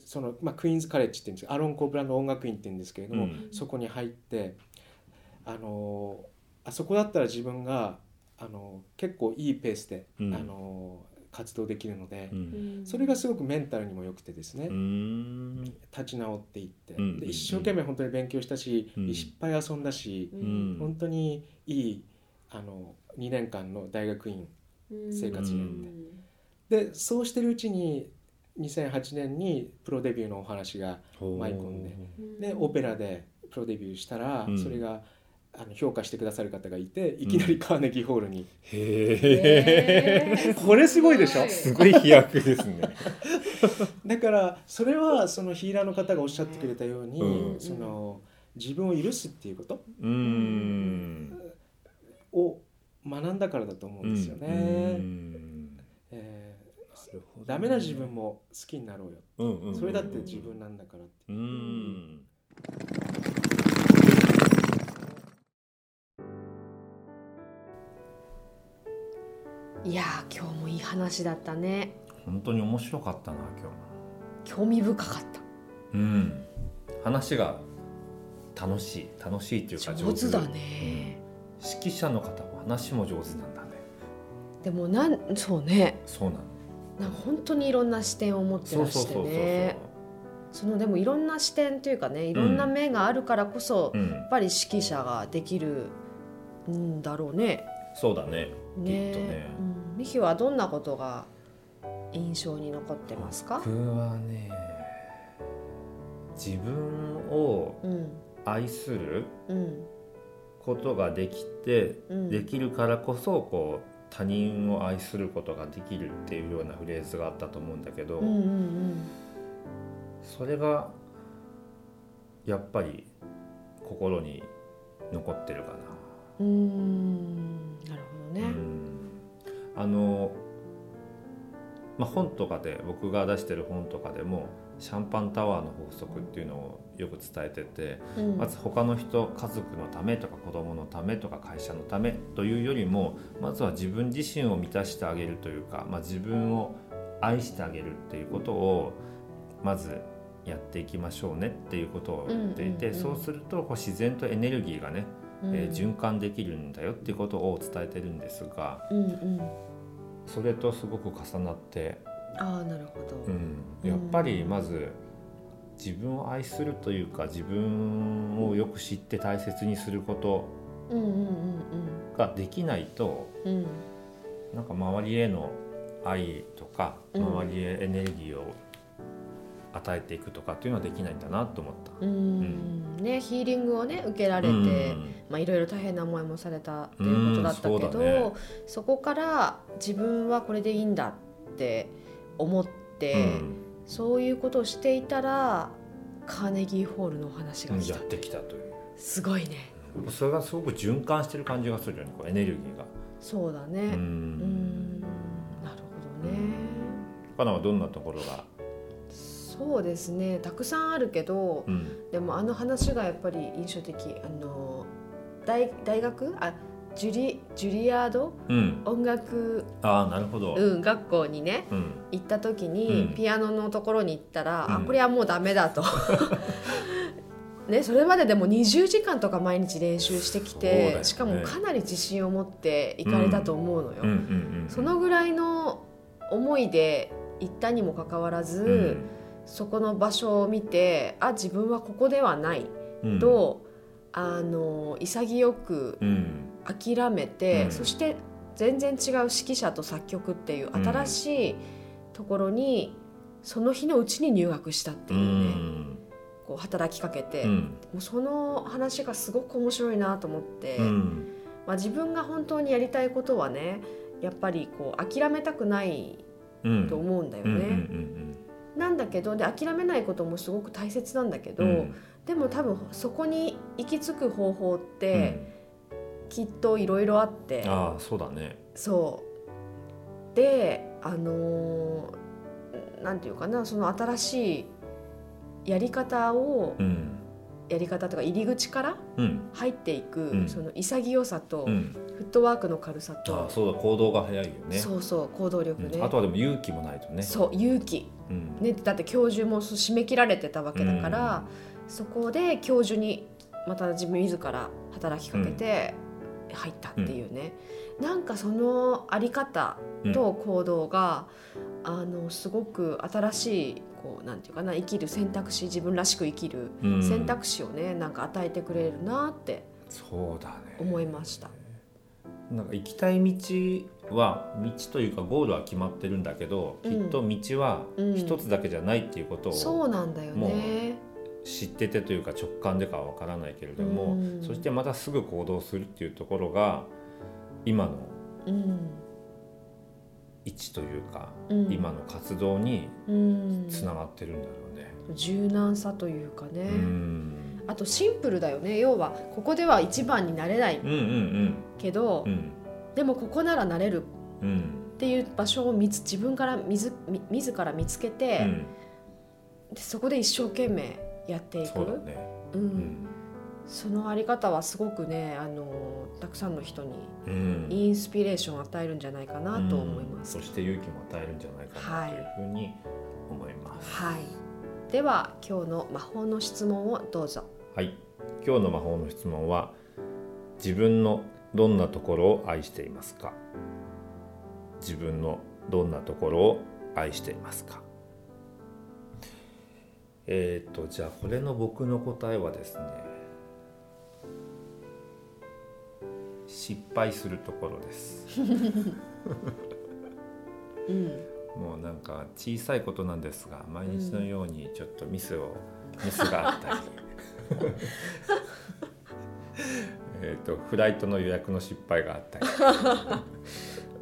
Speaker 4: その、まあ、クイーンズカレッジっていうんですけどアロン・コープランド音楽院っていうんですけれども、
Speaker 2: うん
Speaker 4: そこに入ってあのあそこだったら自分があの結構いいペースで、
Speaker 2: うん
Speaker 4: あの活動できるので
Speaker 2: う、ん
Speaker 4: それがすごくメンタルにも良くてですね、
Speaker 2: うん
Speaker 4: 立ち直っていって、
Speaker 2: うんうんうん
Speaker 4: で一生懸命本当に勉強したし、
Speaker 2: うん
Speaker 4: 失敗遊んだし、
Speaker 2: うん
Speaker 4: 本当にいいあの2年間の大学院生活
Speaker 2: にな
Speaker 4: でそうしてるうちに2008年にプロデビューのお話が舞い込んででオペラでプロデビューしたら、
Speaker 2: うん
Speaker 4: それがあの評価してくださる方がいていきなりカーネギーホールに、
Speaker 2: へえ
Speaker 4: これすごいでし ょ
Speaker 2: すごい飛躍ですね
Speaker 4: だからそれはそのヒーラーの方がおっしゃってくれたように、
Speaker 2: うん
Speaker 4: その自分を許すっていうこと
Speaker 2: うん
Speaker 4: を学んだからだと思うんですよね。
Speaker 2: うんな
Speaker 4: えー
Speaker 2: るほどね
Speaker 4: ダメな自分も好きになろうよ、
Speaker 2: うんうん
Speaker 4: それだって自分なんだからって
Speaker 2: うん
Speaker 3: いやー今日もいい話だったね
Speaker 2: 本当に面白かったな今日も
Speaker 3: 興味深かった
Speaker 2: うん話が楽しい楽しいっていうか
Speaker 3: 上手だね、
Speaker 2: 指揮者の方も話も上手なんだね
Speaker 3: でもなんそうね
Speaker 2: そうなの
Speaker 3: なんか本当にいろんな視点を持って
Speaker 2: そう
Speaker 3: ら
Speaker 2: そう
Speaker 3: して
Speaker 2: そうそう
Speaker 3: ねそのでもいろんな視点というかねいろんな目があるからこそ、
Speaker 2: う
Speaker 3: や
Speaker 2: ん
Speaker 3: っぱり指揮者ができるんだろうね。
Speaker 2: そうだねき
Speaker 3: ね
Speaker 2: っとね
Speaker 3: うん、ミヒはどんなことが印象に残ってますか、
Speaker 2: 僕はね自分を
Speaker 3: うん
Speaker 2: 愛する
Speaker 3: うん
Speaker 2: ことができて、
Speaker 3: うん
Speaker 2: できるからこそこう他人を愛することができるっていうようなフレーズがあったと思うんだけど、
Speaker 3: うんうん
Speaker 2: それがやっぱり心に残ってるかな。
Speaker 3: うんうーんなるほど
Speaker 2: う
Speaker 3: ね。
Speaker 2: んあのまあ、本とかで僕が出してる本とかでも「シャンパンタワーの法則」っていうのをよく伝えてて、
Speaker 3: うん
Speaker 2: まず他の人家族のためとか子供のためとか会社のためというよりもまずは自分自身を満たしてあげるというか、まあ、自分を愛してあげるっていうことをまずやっていきましょうねっていうことを言っていて、
Speaker 3: うんうんうん
Speaker 2: そうするとこう自然とエネルギーがね、
Speaker 3: うん
Speaker 2: えー循環できるんだよっていうことを伝えてるんですが
Speaker 3: うんうん、
Speaker 2: それとすごく重なって
Speaker 3: ああなるほど。
Speaker 2: うん、やっぱりまず自分を愛するというか自分をよく知って大切にすること
Speaker 3: うんうん
Speaker 2: ができないと
Speaker 3: うんうん
Speaker 2: なんか周りへの愛とか
Speaker 3: うん
Speaker 2: 周りへエネルギーを与えていくとかっていうのはできないんだなと思った。
Speaker 3: うんうんねヒーリングをね受けられて。まあ、いろいろ大変な思いもされたっていうことだったけ
Speaker 2: うん
Speaker 3: ど、
Speaker 2: そ
Speaker 3: そ,、
Speaker 2: うだね
Speaker 3: こから自分はこれでいいんだって思って、
Speaker 2: うん
Speaker 3: そういうことをしていたらカーネギーホールのお話
Speaker 2: う
Speaker 3: が
Speaker 2: ん、
Speaker 3: 来
Speaker 2: や
Speaker 3: た、
Speaker 2: ってきたという
Speaker 3: すごいね
Speaker 2: それがすごく循環してる感じがするよねこうエネルギーが。
Speaker 3: そうだ
Speaker 2: う
Speaker 3: ねうんんなるほどね、
Speaker 2: かなはどんなところが、
Speaker 3: そうですねたくさんあるけど
Speaker 2: う、ん
Speaker 3: でもあの話がやっぱり印象的あの大大学あジュリジュリアード
Speaker 2: うん、
Speaker 3: 音楽、
Speaker 2: ああなるほど。
Speaker 3: うん、学校にね
Speaker 2: うん
Speaker 3: 行った時に、
Speaker 2: うん
Speaker 3: ピアノのところに行ったら、
Speaker 2: うん
Speaker 3: あこれはもうダメだと。 ね、それまででも20時間とか毎日練習してき
Speaker 2: そうだ
Speaker 3: て、
Speaker 2: よね
Speaker 3: しかもかなり自信を持って行かれたと思うのよ。
Speaker 2: うんうんうん、
Speaker 3: そのぐらいの思いで行ったにもかかわらず、そこの場所を見てあ自分はここではない
Speaker 2: うん、
Speaker 3: と、あの潔く
Speaker 2: うん、うん
Speaker 3: 諦めて、
Speaker 2: うん
Speaker 3: そして全然違う指揮者と作曲っていう新しいところに、その日のうちに入学したって
Speaker 2: う
Speaker 3: い
Speaker 2: ん
Speaker 3: うね、こう働きかけて、
Speaker 2: う
Speaker 3: も
Speaker 2: ん
Speaker 3: うその話がすごく面白いなと思って、
Speaker 2: うん
Speaker 3: まあ、自分が本当にやりたいことはねやっぱりこう諦めたくない
Speaker 2: うん
Speaker 3: と思うんだよ
Speaker 2: うんうんうん
Speaker 3: ね。
Speaker 2: うん
Speaker 3: なんだけどで諦めないこともすごく大切なんだけど、
Speaker 2: うん
Speaker 3: でも多分そこに行き着く方法ってきっといろいろあって、
Speaker 2: うんああそうだね
Speaker 3: そうであのーなんていうかなその新しいやり方を、
Speaker 2: うん
Speaker 3: やり方とか入り口から
Speaker 2: うん
Speaker 3: 入っていく、
Speaker 2: うん
Speaker 3: その潔さと、
Speaker 2: うん
Speaker 3: フットワークの軽さ
Speaker 2: ああ
Speaker 3: と、
Speaker 2: そうだ行動が早いよね
Speaker 3: そうそう行動力
Speaker 2: う
Speaker 3: ね、
Speaker 2: んあとはでも勇気もないとね
Speaker 3: そう勇気
Speaker 2: うん
Speaker 3: ねだって教授もそう締め切られてたわけだから、そこで教授にまた自分自ら働きかけて入ったっていうね、なんかそのあり方と行動が、あのすごく新しいこうなんていうかな生きる選択肢自分らしく生きる
Speaker 2: うん
Speaker 3: 選択肢をね、なんか与えてくれるなって
Speaker 2: そうだね
Speaker 3: 思いました。
Speaker 2: なんか行きたい道は道というかゴールは決まってるんだけど、
Speaker 3: うん
Speaker 2: きっと道は
Speaker 3: うん
Speaker 2: 一つだけじゃないっていうこと
Speaker 3: そ
Speaker 2: を
Speaker 3: うなんだよ
Speaker 2: も
Speaker 3: ね。
Speaker 2: 知っててというか直感でかはわからないけれども、
Speaker 3: うん
Speaker 2: そしてまたすぐ行動するっていうところが今の
Speaker 3: うん、
Speaker 2: 位置というか、
Speaker 3: うん
Speaker 2: 今の活動に
Speaker 3: うん、
Speaker 2: つながってるんだろうね。
Speaker 3: 柔軟さというかね。
Speaker 2: うん
Speaker 3: あとシンプルだよね要はここでは一番になれない
Speaker 2: うんうん
Speaker 3: けど、
Speaker 2: うんうん
Speaker 3: でもここならなれる
Speaker 2: うん
Speaker 3: っていう場所を見つ自分からみずみ自ら見つけ
Speaker 2: う
Speaker 3: て、
Speaker 2: ん
Speaker 3: でそこで一生懸命やっていく
Speaker 2: そうだね。
Speaker 3: う、
Speaker 2: うんん
Speaker 3: そのあり方はすごくねあのたくさんの人に
Speaker 2: うん
Speaker 3: インスピレーションを与えるんじゃないかなと思います。
Speaker 2: うんそして勇気も与えるんじゃないかなというふうに思います。
Speaker 3: はい、では今日の魔法の質問をどうぞ。
Speaker 2: はい、今日の魔法の質問は自分のどんなところを愛していますか自分のどんなところを愛していますかえっ、とじゃあこれの僕の答えはですね失敗するところです
Speaker 3: うん、
Speaker 2: もうなんか小さいことなんですが毎日のようにちょっとミスを、ミスがあったりえっとフライトの予約の失敗があったり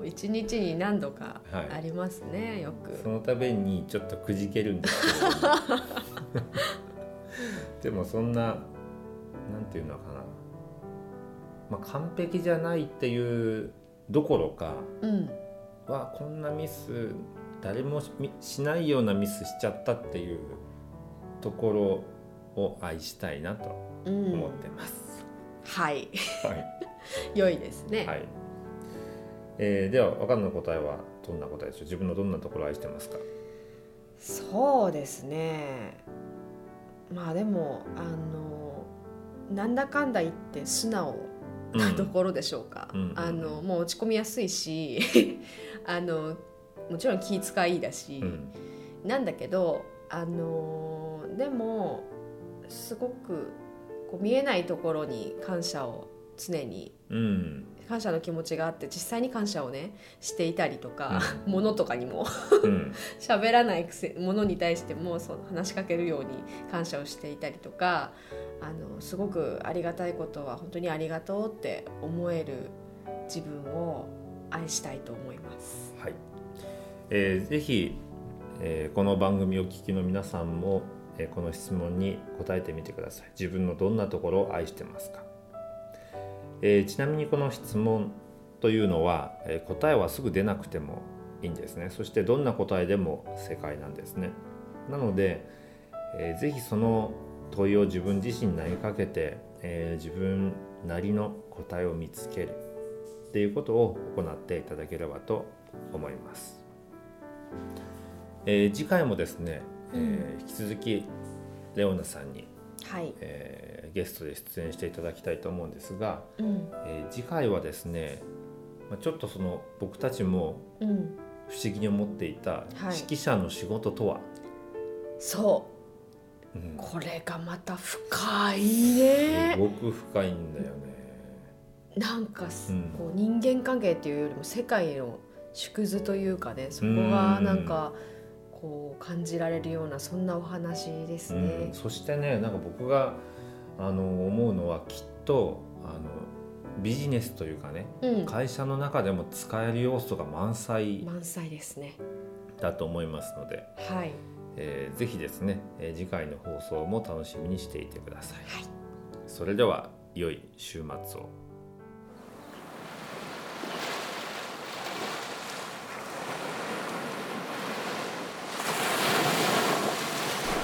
Speaker 3: 一日に何度か
Speaker 2: はい
Speaker 3: ありますね、よく。
Speaker 2: そのためにちょっとくじけるんですけどでもそんななんていうのかな、まあ、完璧じゃないっていうどころか
Speaker 3: うん、
Speaker 2: はこんなミス誰もしみしないようなミスしちゃったっていうところを愛したいなと
Speaker 3: う
Speaker 2: 思っ
Speaker 3: ん、
Speaker 2: てます。
Speaker 3: はい。
Speaker 2: はい、
Speaker 3: 良いですね。
Speaker 2: はいえーでは若菜の答えはどんな答えでしょう自分のどんなところを愛してますか
Speaker 3: そうですね。まあでもあのなんだかんだ言って素直なところでしょうか。
Speaker 2: うん
Speaker 3: あのもう落ち込みやすいし、 あのもちろん気遣いだし、
Speaker 2: うん
Speaker 3: なんだけどあのでもすごくこう見えないところに感謝を常に
Speaker 2: うん
Speaker 3: 感謝の気持ちがあって実際に感謝をねしていたりとか、 物とかにも
Speaker 2: うん
Speaker 3: 喋らないくせものに対してもその話しかけるように感謝をしていたりとかあのすごくありがたいことは本当にありがとうって思える自分を愛したいと思います。
Speaker 2: はい、えーぜひ、えーこの番組をお聞きの皆さんも、えーこの質問に答えてみてください自分のどんなところを愛してますか、えーちなみにこの質問というのは、えー答えはすぐ出なくてもいいんですねそしてどんな答えでも正解なんですねなので、えーぜひその問いを自分自身に投げかけて、えー自分なりの答えを見つけるっていうことを行っていただければと思います、えー次回もですね、えー引き続きレオナさんに、
Speaker 3: はい、
Speaker 2: えーゲストで出演していただきたいと思うんですが、
Speaker 3: うん
Speaker 2: えー次回はですねまあちょっとその僕たちも
Speaker 3: うん、
Speaker 2: 不思議に思っていた
Speaker 3: はい
Speaker 2: 指揮者の仕事とは、
Speaker 3: そう
Speaker 2: うん
Speaker 3: これがまた深いね
Speaker 2: すごく深いんだよね。
Speaker 3: なんかす
Speaker 2: うん
Speaker 3: こう人間関係っていうよりも世界の縮図というかねそこがなんかこう感じられるようなそんなお話です
Speaker 2: う
Speaker 3: ね。
Speaker 2: ん、そしてねなんか僕があの思うのはきっとあのビジネスというかね
Speaker 3: うん、
Speaker 2: 会社の中でも使える要素が満載
Speaker 3: 満載ですね。
Speaker 2: だと思いますので、
Speaker 3: はい。
Speaker 2: えーぜひですね、えー次回の放送も楽しみにしていてください、それでは良い週末を